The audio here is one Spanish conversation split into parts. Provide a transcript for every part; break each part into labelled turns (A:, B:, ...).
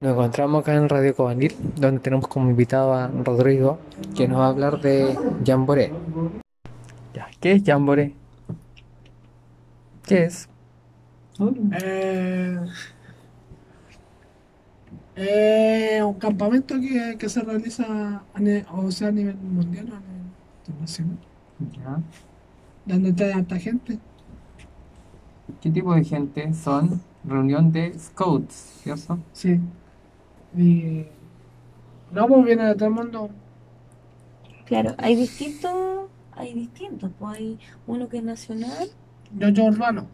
A: Nos encontramos acá en Radio Cobanil, donde tenemos como invitado a Rodrigo, que nos va a hablar de Jamboree. Ya, ¿Qué es Jamboree? ¿Qué es?
B: Eh, eh, un campamento que, que se realiza a ni- o sea, a nivel mundial o a nivel internacional,
C: Ya.
B: donde está harta gente.
C: ¿Qué tipo de gente son? Reunión de scouts, ¿cierto?
B: Sí. Y no, pues viene de todo el mundo.
D: Claro, hay distintos, hay distintos, pues hay uno que es nacional,
B: Yo, yo urbano.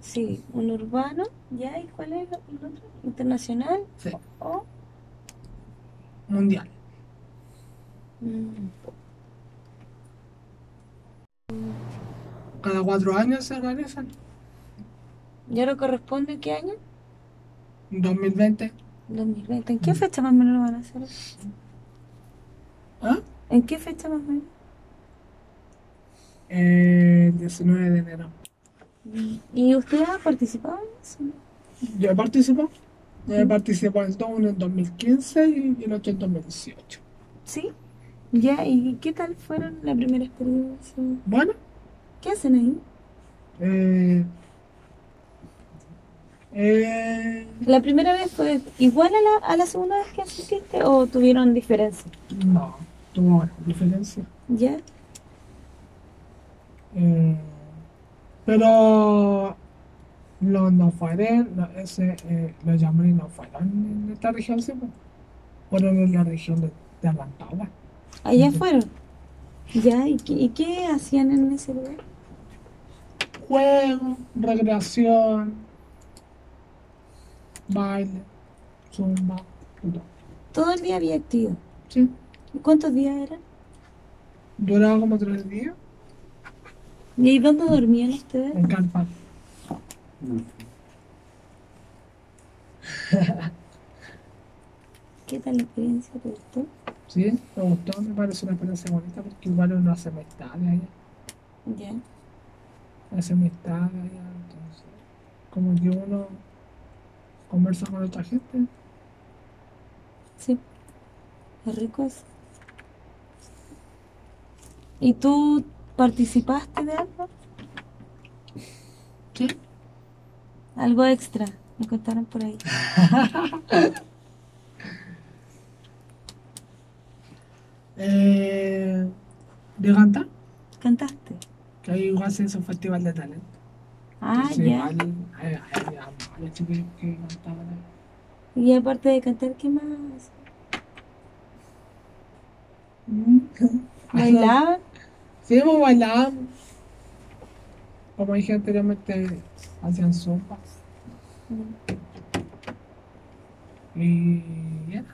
D: sí, un urbano, ya, ¿y cuál es el otro? Internacional
B: Sí.
D: o
B: Mundial.
D: mm,
B: Cada cuatro años se realizan.
D: ¿y ahora corresponde qué año?
B: 2020.
D: 2020. ¿En qué fecha más o menos lo van a hacer?
B: ¿Ah?
D: ¿En qué fecha más o menos?
B: Eh, 19 de enero.
D: ¿Y usted ha participado en eso?
B: Yo he participado. Yo he participado en todo uno en 2015 y el otro en 2018.
D: Sí. Ya, ¿y qué tal fueron la primera experiencia?
B: Bueno.
D: ¿Qué hacen ahí?
B: Eh, eh,
D: ¿La primera vez fue igual a la, a la segunda vez que asististe o tuvieron diferencia?
B: no, tuvo gran diferencia.
D: ¿Ya?
B: Eh, pero los nofarén, lo- ese, eh, los llaman en esta región, sí, pues. fueron en la región de, de Rancagua.
D: Allá
B: Ujú.
D: fueron. Ya, ¿y qué, y qué hacían en ese lugar?
B: Juego, recreación, baile, zumba, y todo.
D: Todo el día había actividad.
B: Sí,
D: ¿Y cuántos días eran?
B: duraba como tres días
D: ¿Y ahí dónde dormían ustedes?
B: en Carpa.
D: ¿Qué tal la experiencia? ¿Te gustó?
B: Sí, me gustó, me pareció una experiencia bonita porque igual uno hace amistades allá,
D: Ya.
B: hace amistades allá, entonces como que uno conversa con otra gente,
D: Sí. Es rico eso. ¿Y tú participaste de algo?
B: Sí.
D: Algo extra, me contaron por ahí.
B: eh, de cantar,
D: ¿Cantaste?
B: que ahí igual se hace un festival de talento.
D: Ah,
B: Entonces,
D: ya.
B: igual hay, hay, hay varios chiquillos que cantaban ahí.
D: Y aparte de cantar, ¿qué más? ¿Bailaban?
B: Sí, pues, bailaban. Como dije anteriormente, hacían zumba
D: Mm.
B: y ya.